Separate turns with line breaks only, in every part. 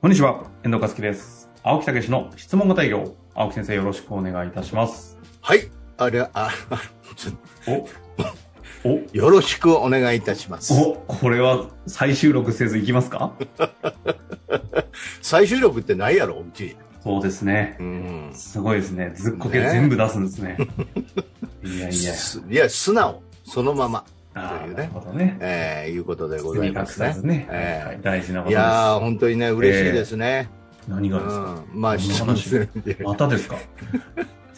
こんにちは、遠藤和樹です。青木武の質問型営業。青木先生、よろしくお願いいたします。
はい。あれ、あ、あ ちょ
お、お、
よろしくお願いいたします。
お、これは再収録せずいきますか
最終力ってないやろ、うち。
そうですね。
うん。
すごいですね。ずっこけ
ね
全部出すんです ね。いやいや。
すいや、素直、そのまま、
あ
と
あ、
いうね
なるほどね。
えー、いうことで
包
ござ
み
い
隠
ます
さ
ね
ず。ね。
えー
はい大事なことで
い
す。
やー、本当にね、嬉しいですね。
何がですか
うん。まあ、質問ですね。
またですか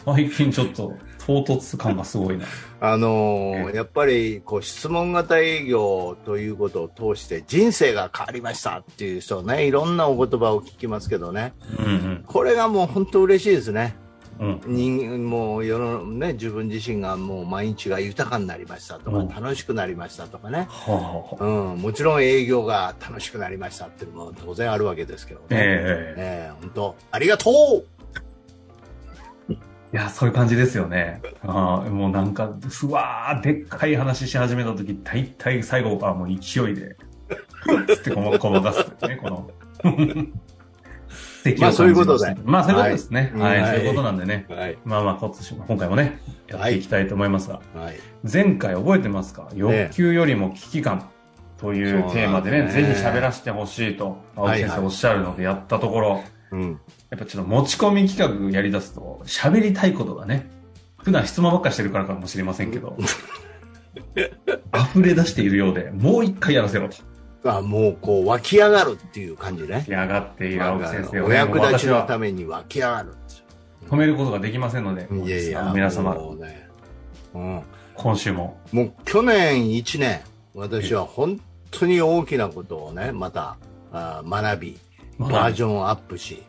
最近ちょっと唐突感がすごいな。
あのーやっぱり、こう、質問型営業ということを通して、人生が変わりましたっていう人ね、いろんなお言葉を聞きますけどね。
うん
これがもう本当嬉しいですね。
うん。うん。
人もう世の、ね、自分自身がもう毎日が豊かになりましたとか、
うん
楽しくなりましたとかね、
はあはあ。
うん、もちろん営業が楽しくなりましたっていうのも当然あるわけですけどね、
ええ
ええ本当ありがとう
いや、そういう感じですよね。ああ、もうなんか、ふわー、でっかい話し始めたとき、大体最後はもう勢いで、つってご まごまかすっていうね、この。
まあそういうことで
まあそういうことですね。
は
はいい、
はい
そういうことなんでね。
はい、
まあまあ今年も、今回もね、やっていきたいと思いますが、
はい、
前回覚えてますか欲求よりも危機感というテーマでね、ぜ
そうなん
ひ
ですね
喋らせてほしいと、青木先
はい
生
はい
おっしゃるのでやったところ、
うん、
やっぱちょっと持ち込み企画やり出すと、喋りたいことがね、普段質問ばっかりしてるからかもしれませんけ ど、溢れ出しているようで、もう一回やらせろと。
あもうこう湧き上がるっていう感じね、
嫌がっている青木先生を、
お
ね、
役立ち
もう私
の
は
ために湧き上がるってい
止めることができませんので、
ういやいや、
皆様、
もうね、うん、
今週も。
もう去年1年、私は本当に大きなことをね、またあー学び、バージョンアップし、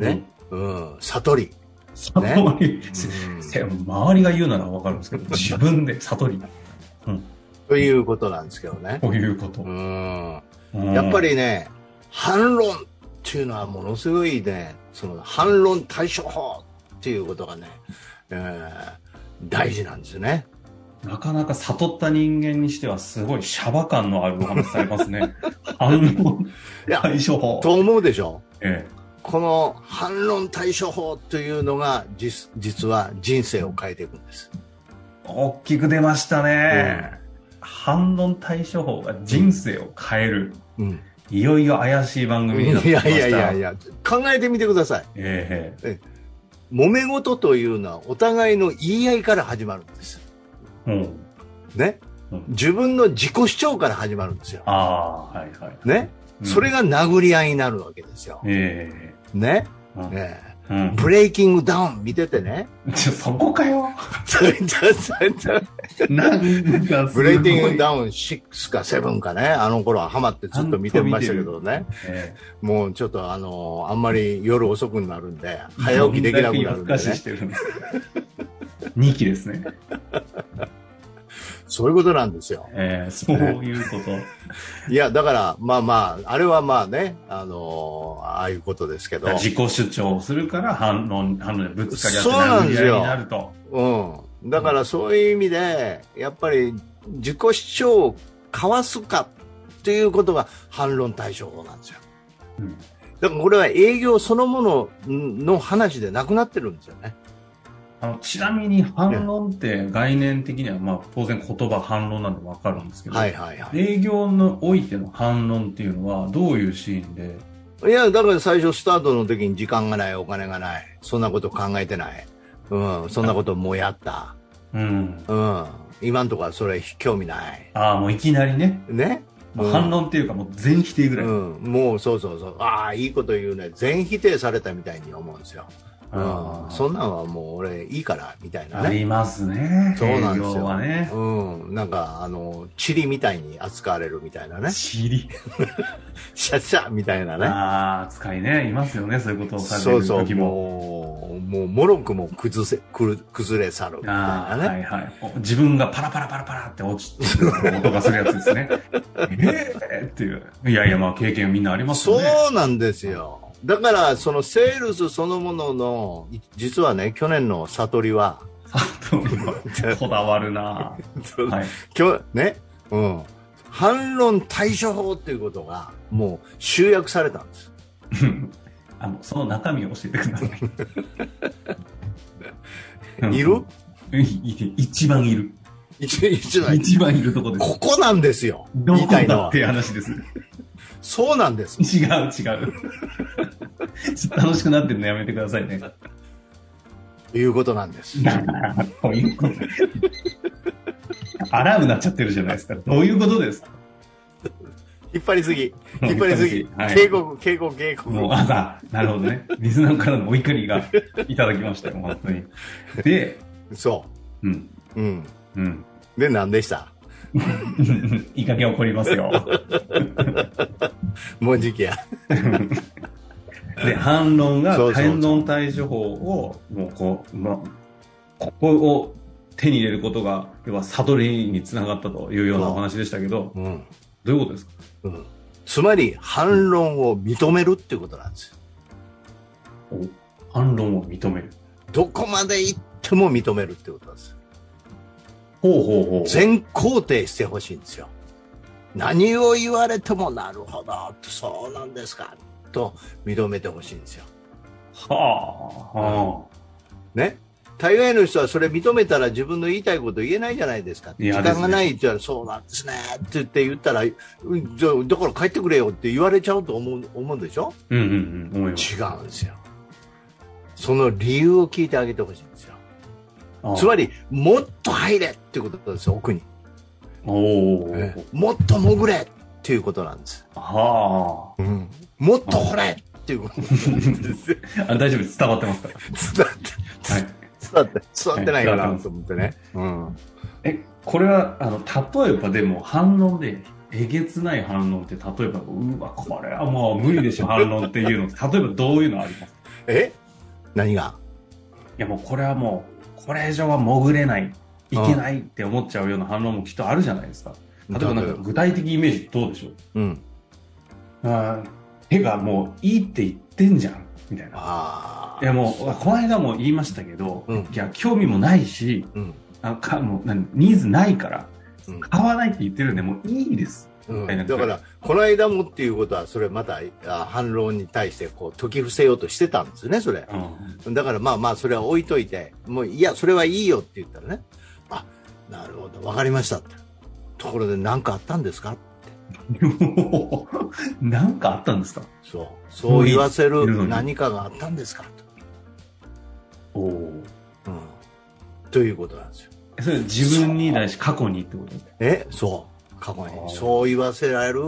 ね、うん、悟り、
悟り、
うん
せ周りが言うならわかるんですけど、自分で悟り、
ということなんですけどね。
こういうこと
う。ん、
うん
やっぱ、りね、反論っていうのはものすごいね、その反論対処法っていうことがね、えー大事なんですよね。
なかなか悟った人間にしては、すごいシャバ感のあるお話されますね。 反論
いや、
対処法。
と思うでしょ
え
この反論対処法というのが実実は人生を変えていくんです。
え、大きく出ましたね。反論対処法が人生を変える。
うん、
いよいよ怪しい番組になって
い
きまし
や
た。
いやいやい
や。
や、考えてみてください。
え
揉め事というのはお互いの言い合いから始まるんです。
えもう、
ね
うん。
自分の自己主張から始まるんですよ。
ああ、はいはい。
ね。
うん
それ、が殴り合いになるわけですよ。
え
ね。
えうん
ね
うん
ブレイキングダウン見て てね。
ちょそこかよ。なんかすご
ブ
い
レイキングダウン6か7かね。あの頃はハマってずっと見てましたけどね。
え
もうちょっとあのあんまり夜遅くになるんで、
え
早起きできなくなる
ど
んで
んだけ夜更かし
ね
し。てるんです2期ですね。
そういうことなんですよ。
ええそういうこと。
いや、だから、まあまあ、あれはまあね、あのーああいうことですけど、
自己主張をするから反論、反論でぶつかり合って
そうな
殴
んで
り
す
合い
よ
になると。
うん。だからそういう意味で、やっぱり自己主張をかわすかっていうことが反論対象なんですよ。
うん
だからこれは営業そのものの話でなくなってるんですよね。
あのちなみに反論って概念的には、まあ当然言葉反論なんでわかるんですけど、
はいはいは
営業においての反論っていうのはどういうシーンで、
い。いや、だから最初スタートの時に時間がない、お金がない、そんなこと考えてない。うん、そんなこともうやった。
うん。
うん、今んとこはそれ興味ない。
ああ、もういきなりね、
ね。
もう
うん
反論っていうかもう全否定ぐらい。
うん、もうそうそうそう、ああ、いいこと言うね、全否定されたみたいに思うんですよ。
あ
うん、
ー
そんなんはもう俺いいから、みたいな
あ
ね。
りますね。
そうなんです
営業
よ。
はね。
うん、なんか、あの、チリみたいに扱われるみたいな ね。
知り。
シャッシャッみたいなね。
ああ、使いね、いますよね、そういうことをされて
そ
る
うそう、
時も。
もう、もう、もろくも崩せ、くる崩れ去るみたい
ああ、
なね。
はいはい。お自分がパラパラパラパラって落ちてる音がするやつ ですね。ええっていう。いやいや、まあ経験みんなあります
そ
よね。
うなんですよ。だから、そのセールスそのものの、い実はね、去年の悟 りは、
そう。こだわるなぁはい。
今日ね、うん、反論対処法っていうことがもう集約されたんです。
あのその中身を教えてください。
いる
うんい一番いる。
一一番。
一番いるとこです。
ここなんですよ。
ど
み
こ
たい
だ
な
っていう話です。
そうなんです。
違う 違う。ちょっと楽しくなってるのやめてくださいね。
いうことなんです。
こういうこと。 アラームなっちゃってるじゃないですか。どういうことですか
引っ張りすぎ。引っ張りすぎ。
はい
警告、警告、警告。
もう、あ、あなるほどね。リスナーからのお怒りがいただきましたよ、本当に。で、
そ
うん、
う。うん。
うん。
で、何でした
いい加減怒りますよ。
もう時期や。
で、反論が
そうそうそう
反論対処法を、もうこう、まあ、ここを手に入れることが、要は悟りにつながったというようなお話でしたけど、
うん。
どういうことですか
うん。つまり、反論を認めるってことなんですよ。
お反論を認める。
どこまで行っても認めるってことなんですよ。
ほうほうほう。
全肯定してほしいんですよ。何を言われても、なるほど、そうなんですか、と認めてほしいんですよ。
はあ、はあ。
ね。大概の人はそれ認めたら自分の言いたいこと言えないじゃないですか。
い
時
や
間がないって言われたらそうなんですねって言って言ったら、うんじゃあだから帰ってくれよって言われちゃうと思う思うんでしょ
うんうんうん、思います。
違うんですよ。その理由を聞いてあげてほしいんですよ。
ああ
つまり、もっと入れっていうことですよ、奥に。
おお、
ええもっと潜れっていうことなんです。
は
もっと掘れっていうことなんですよ。
ああ。大丈夫です。伝わってますか
伝わって、
ら。はい。
伝わって、伝わってないかなと思ってね。うん。
え、これは、あの、例えばでも反論で、えげつない反論って、例えば、うわ、これはもう無理でしょ、反論っていうの。 例えばどういうのあります
え何が
いや、もうこれはもう、これ以上は潜れない、いけないって思っちゃうような反論もきっとあるじゃないですか。例えばなんか具体的イメージどうでしょう
うん。
あー手がもういいって言ってんじゃん、みたいな。
ああ。
いやもう、この間も言いましたけど、
うん
いや、興味もないし、
うん。
あかもう何ニーズないから、
うん
買わないって言ってるんで、もういいです。
うん
はいなんか
だから、この間もっていうことは、それまたあ反論に対してこう解き伏せようとしてたんですね、それ。
うん
だからまあまあ、それは置いといて、もういや、それはいいよって言ったらね、あなるほど、わかりましたって。ところで、何かあったんですか
なんかあったんですか
そう、そう言わせ
いるの
る
に
何かがあったんですか
おお。
と。うん。ということなんですよ。
それ自分に対し過去にってこと
えそう過去
あー
にそう言わせられる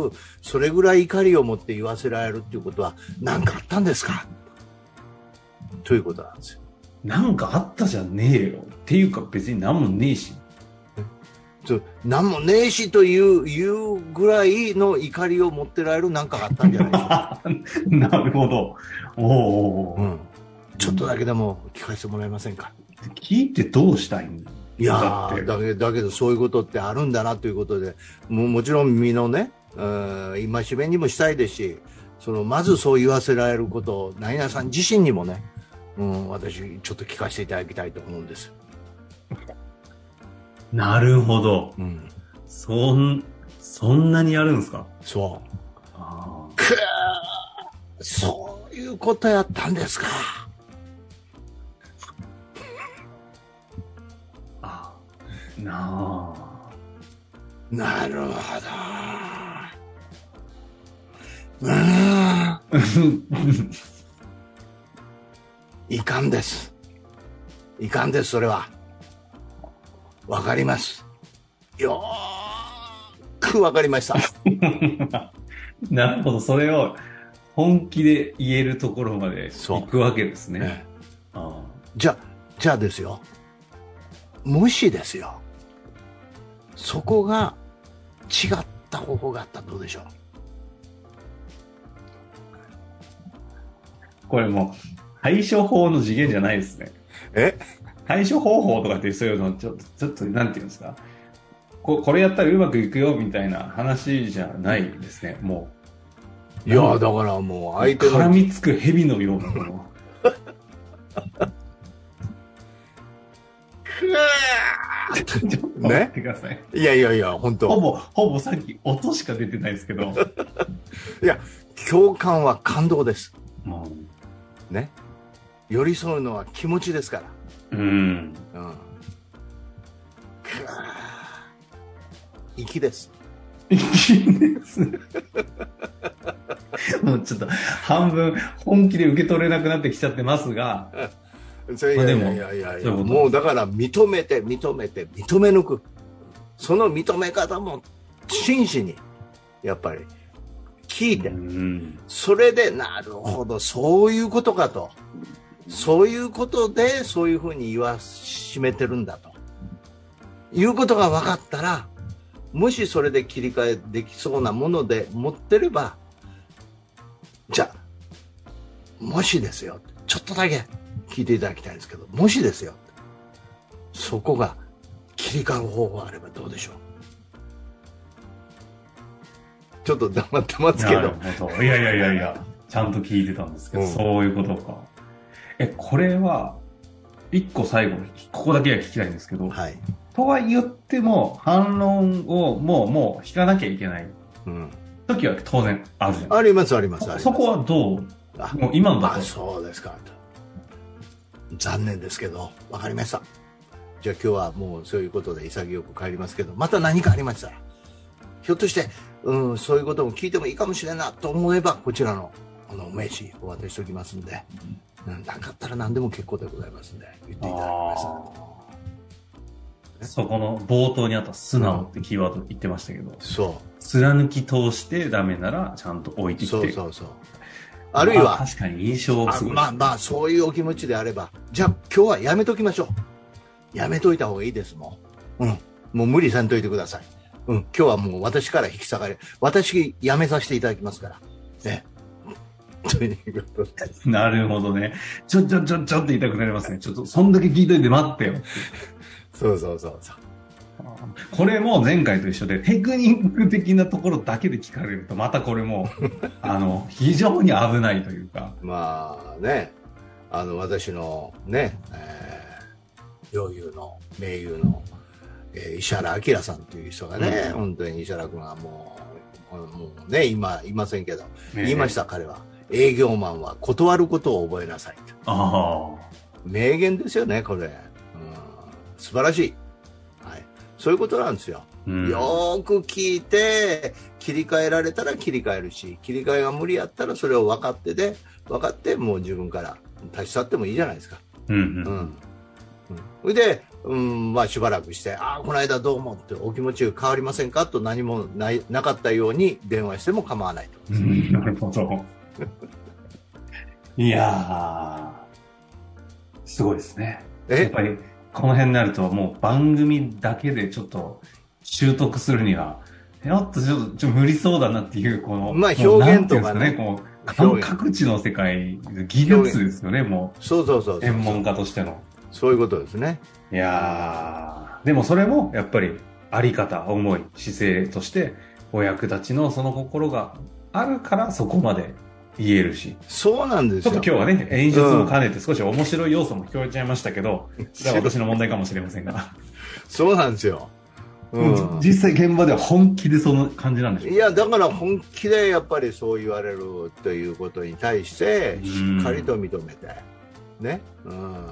それぐらい怒りを持って言わせられるっていうことは何かあったんですかということなんですよ
なんかあったじゃねえよ。っていうか別に何もねえし。
そう何もねえしといういうぐらいの怒りを持ってられる何かがあったんじゃないでしょうか、
なるほど。おーおー
う
おー
ん、ちょっとだけでも聞かせてもらえませんか
聞いてどうしたいん
いや
だって
ーだけだけどそういうことってあるんだなということでもうもちろん身のねうん戒めにもしたいですしそのまずそう言わせられることを何々さん自身にもね、うん、私ちょっと聞かせていただきたいと思うんです、
なるほど。
うん、
そん、そんなにやるんですか
そう
あ
くーそういうことやったんですか
ーあー。なあ。
なるほどうーんいかんです。いかんです、それは。わかります。よーくわかり ました。
なるほど、それを本気で言えるところまで
そう
行くわけですね。
ええ
あ
じゃ、じゃあですよ。もしですよ。そこが違った方法があったらどうでしょう
あこれもう対処法の次元じゃないですね。
え
対処方法とかってそういうのちょっと、ちょっとなんていうんですかこ。これやったらうまくいくよみたいな話じゃないですね。も
いや、だからもう
う、
相手
絡
の、
みつく蛇のような もの。ちょっと待ってください。
いやいやいや、本
ほ
当
ぼ、ほぼさっき音しか出てないですけど。
いや、共感は感動です。
も
ね。寄り添うのは気持ちですか
う、うん。
ら。うん。くー粋です。
もうちょっと半分本気で受け取れなくなってきちゃってますが、
それい
まあでも
やいやいやいやい
そう
や、
いうこと
もうだから認めて、認めて、認め抜く。その認め方も真摯に、やっぱり聞いて、
うん、
それで、なるほど、そういうことかと。そういうことで、そういうふうに言わしめてるんだと。いうことが分かったら、もしそれで切り替えできそうなもので持ってれば、じゃあ、もしですよ、ちょっとだけ聞いていただきたいんですけど、もしですよ、そこが切り替える方法があればどうでしょうちょっと黙ってます
な
け
る
ど。
ほど。いやいやいやいや、ちゃんと聞いてたんですけど、
うん
そういうことか。え、これは、一個最後、ここだけは聞きたいんですけど、
はい。
とは言っても、反論をもう、もう引かなきゃいけない
うん。
時は当然あるじゃない
ありますありますあり
そ
ます
そこはどう
あ
もう今のだ
あ
と。
そうですかと残念ですけどわかりましたじゃあ今日はもうそういうことで潔く帰りますけどまた何かありましたらひょっとして、うん、そういうことも聞いてもいいかもしれんないと思えばこちらのあの名刺お渡ししておきますんで何、うん、なかったら何でも結構でございますんで言っていただきました
あーそこの冒頭にあった素直ってキーワード言ってましたけど、
そ
貫き通してダメならちゃんと置いうてきて。
そうそうそうあるいは
まあ確かに印象
あ
すごい。
まあまあそういうお気持ちであればじゃあ今日はやめときましょうやめといた方がいいですもんうんもう無理せんといてくださいうん今日はもう私から引き下がれ私やめさせていただきますからね ということで
なるほどね。ちょ、ちょ、ちょ、ちょって言いたくなりますね。ちょっと、そんだけ聞いといて待ってよ。
そうそうそうそう
これも前回と一緒で、テクニック的なところだけで聞かれると、またこれも、あの、非常に危ないというか。
まあねあの私のね、えー、女優の名優の、えー石原明さんという人がね、
うん
本当に石原君はもうもうね今いませんけど
ね
言いました、彼は。営業マンは断ることを覚えなさいと。
あ
名言ですよね、これ。うん、素晴らしい。はい。そういうことなんですよ。
あ。うん
よーく聞いて、切り替えられたら切り替えるし、切り替えが無理やったらそれを分かってで、分かってもう自分から立ち去ってもいいじゃないですか。
うんうん。
うん。うんそれで、うん、まあしばらくして、ああ、この間どうもってお気持ち変わりませんかと何もない、なかったように電話しても構わないと。
うんなるほど。いやー、すごいですね。やっ
え
ぱり、この辺になると、もう番組だけでちょっと習得するには、ちょっとちょっとちょっと無理そうだなっていう、この、
まあ
もう
表現とかね
なんていうんですかね、こう、
表現
各地の世界、技術ですよね、も
そうそうそう
う、
そう。
専門家としての。
そういうことですね。
いやー、でもそれも、やっぱり、あり方、思い、姿勢として、お役立ちのその心があるから、そこまで言えるし、
そうなんです
ちょ
よ。
っと今日はね、演出も兼ねて少し面白い要素も聞こえちゃいましたけど、それは私の問題かもしれませんが、
そうなんですよ。うん
じ実際現場では本気でその感じなんでしょう
いや、だから本気でやっぱりそう言われるということに対して、しっかりと認めて、ね。うん。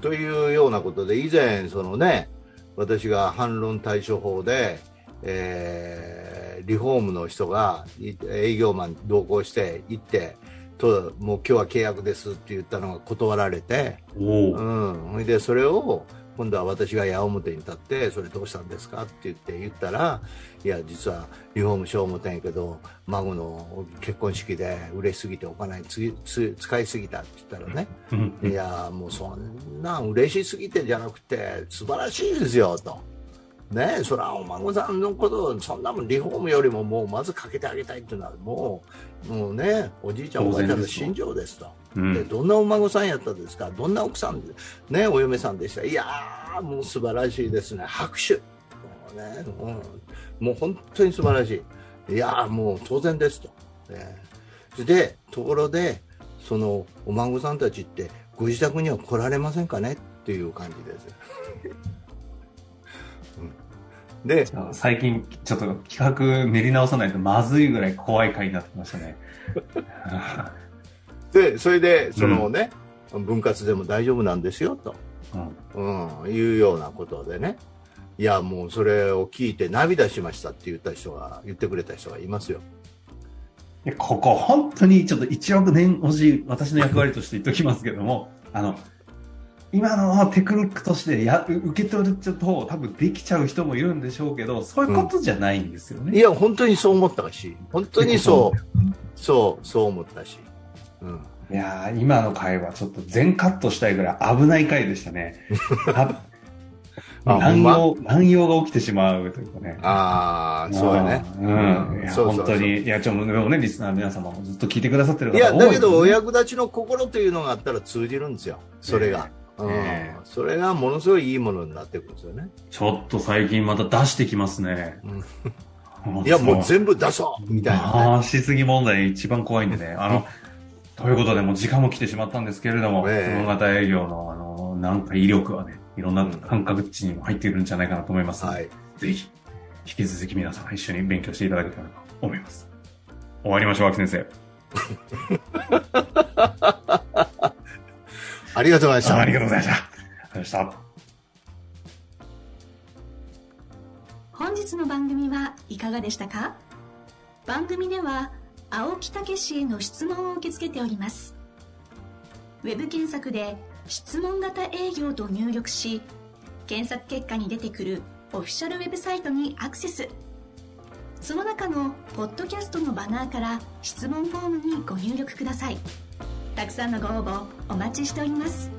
というようなことで、以前、そのね、私が反論対処法で、えーリフォームの人がい営業マン同行して行って、と、もう今日は契約ですって言ったのが断られて、
おー
うん、ほいでそれを今度は私が矢面に立ってそれどうしたんですかって言って言ったらいや実はリフォームしよう思ったんやけど孫の結婚式で嬉しすぎてお金つつ使いすぎたって言ったらね
うん
いやもうそんなん嬉しすぎてじゃなくて素晴らしいですよと。ねえ、そらお孫さんのことをそんなもんリフォームよりももうまずかけてあげたいっていうのはもうもうねおじいちゃんおばあちゃんの心情ですと。
うん
でどんなお孫さんやったですかどんな奥さんで、ね、お嫁さんでしたいやーもう素晴らしいですね拍手もう,、ねうん、もう本当に素晴らしいいやーもう当然ですと、ねでところでそのお孫さんたちってご自宅には 来られませんかねっていう感じです、で、
ちょっと最近、ちょっと企画練り直さないとまずいぐらい怖い回になってきました ね。
で、それで、そのね、分割でも大丈夫なんですよ、と、
うん
うん、いうようなことでね。いや、もうそれを聞いて涙しましたって言った人が、言ってくれた人がいますよ。
いやここ本当にちょっと1億年おじ私の役割として言っときますけどもあの今のテクニックとしてや受け取ると多分できちゃう人もいるんでしょうけどそういうことじゃないんですよ
い
ね、
や、本当にそう思ったし、本当にそう、 そう、そう思ったし。うん。
いやー今の回はちょっと全カットしたいぐらい危ない回でしたね あ
あ
乱
ほ
用乱用が起きてしまうというかね
ああ、そうやね。
うん、いや
そうそうそ
本
う
当にいやちょっとでもねリスナーの皆様もずっと聞いてくださってる
い
方
や、
多い
だけど、お
ね
役立ちの心というのがあったら通じるんですよ。それが。うん
ええ
それがものすごいいいものになってくるんですよね。
ちょっと最近また出してきますね
うん。い
い
や、もう全部出そうみたいな
回しすぎ問題一番怖いんでね。あの、ということで、もう時間も来てしまったんですけれども、
ええ
物語営業の、あの、なんか威力はね、いろんな感覚値にも入ってくるんじゃないかなと思います、
ね。はい。
ぜひ、引き続き皆さん一緒に勉強していただけたらと思います。終わりましょう、秋先生。
ありがとうございました
あ。りがとうございました。ありがとうございました。
本日の番組はいかがでしたか番組では青木武氏への質問を受け付けておりますウェブ検索で「質問型営業」と入力し検索結果に出てくるオフィシャルウェブサイトにアクセスその中のポッドキャストのバナーから質問フォームにご入力くださいたくさんのご応募お待ちしております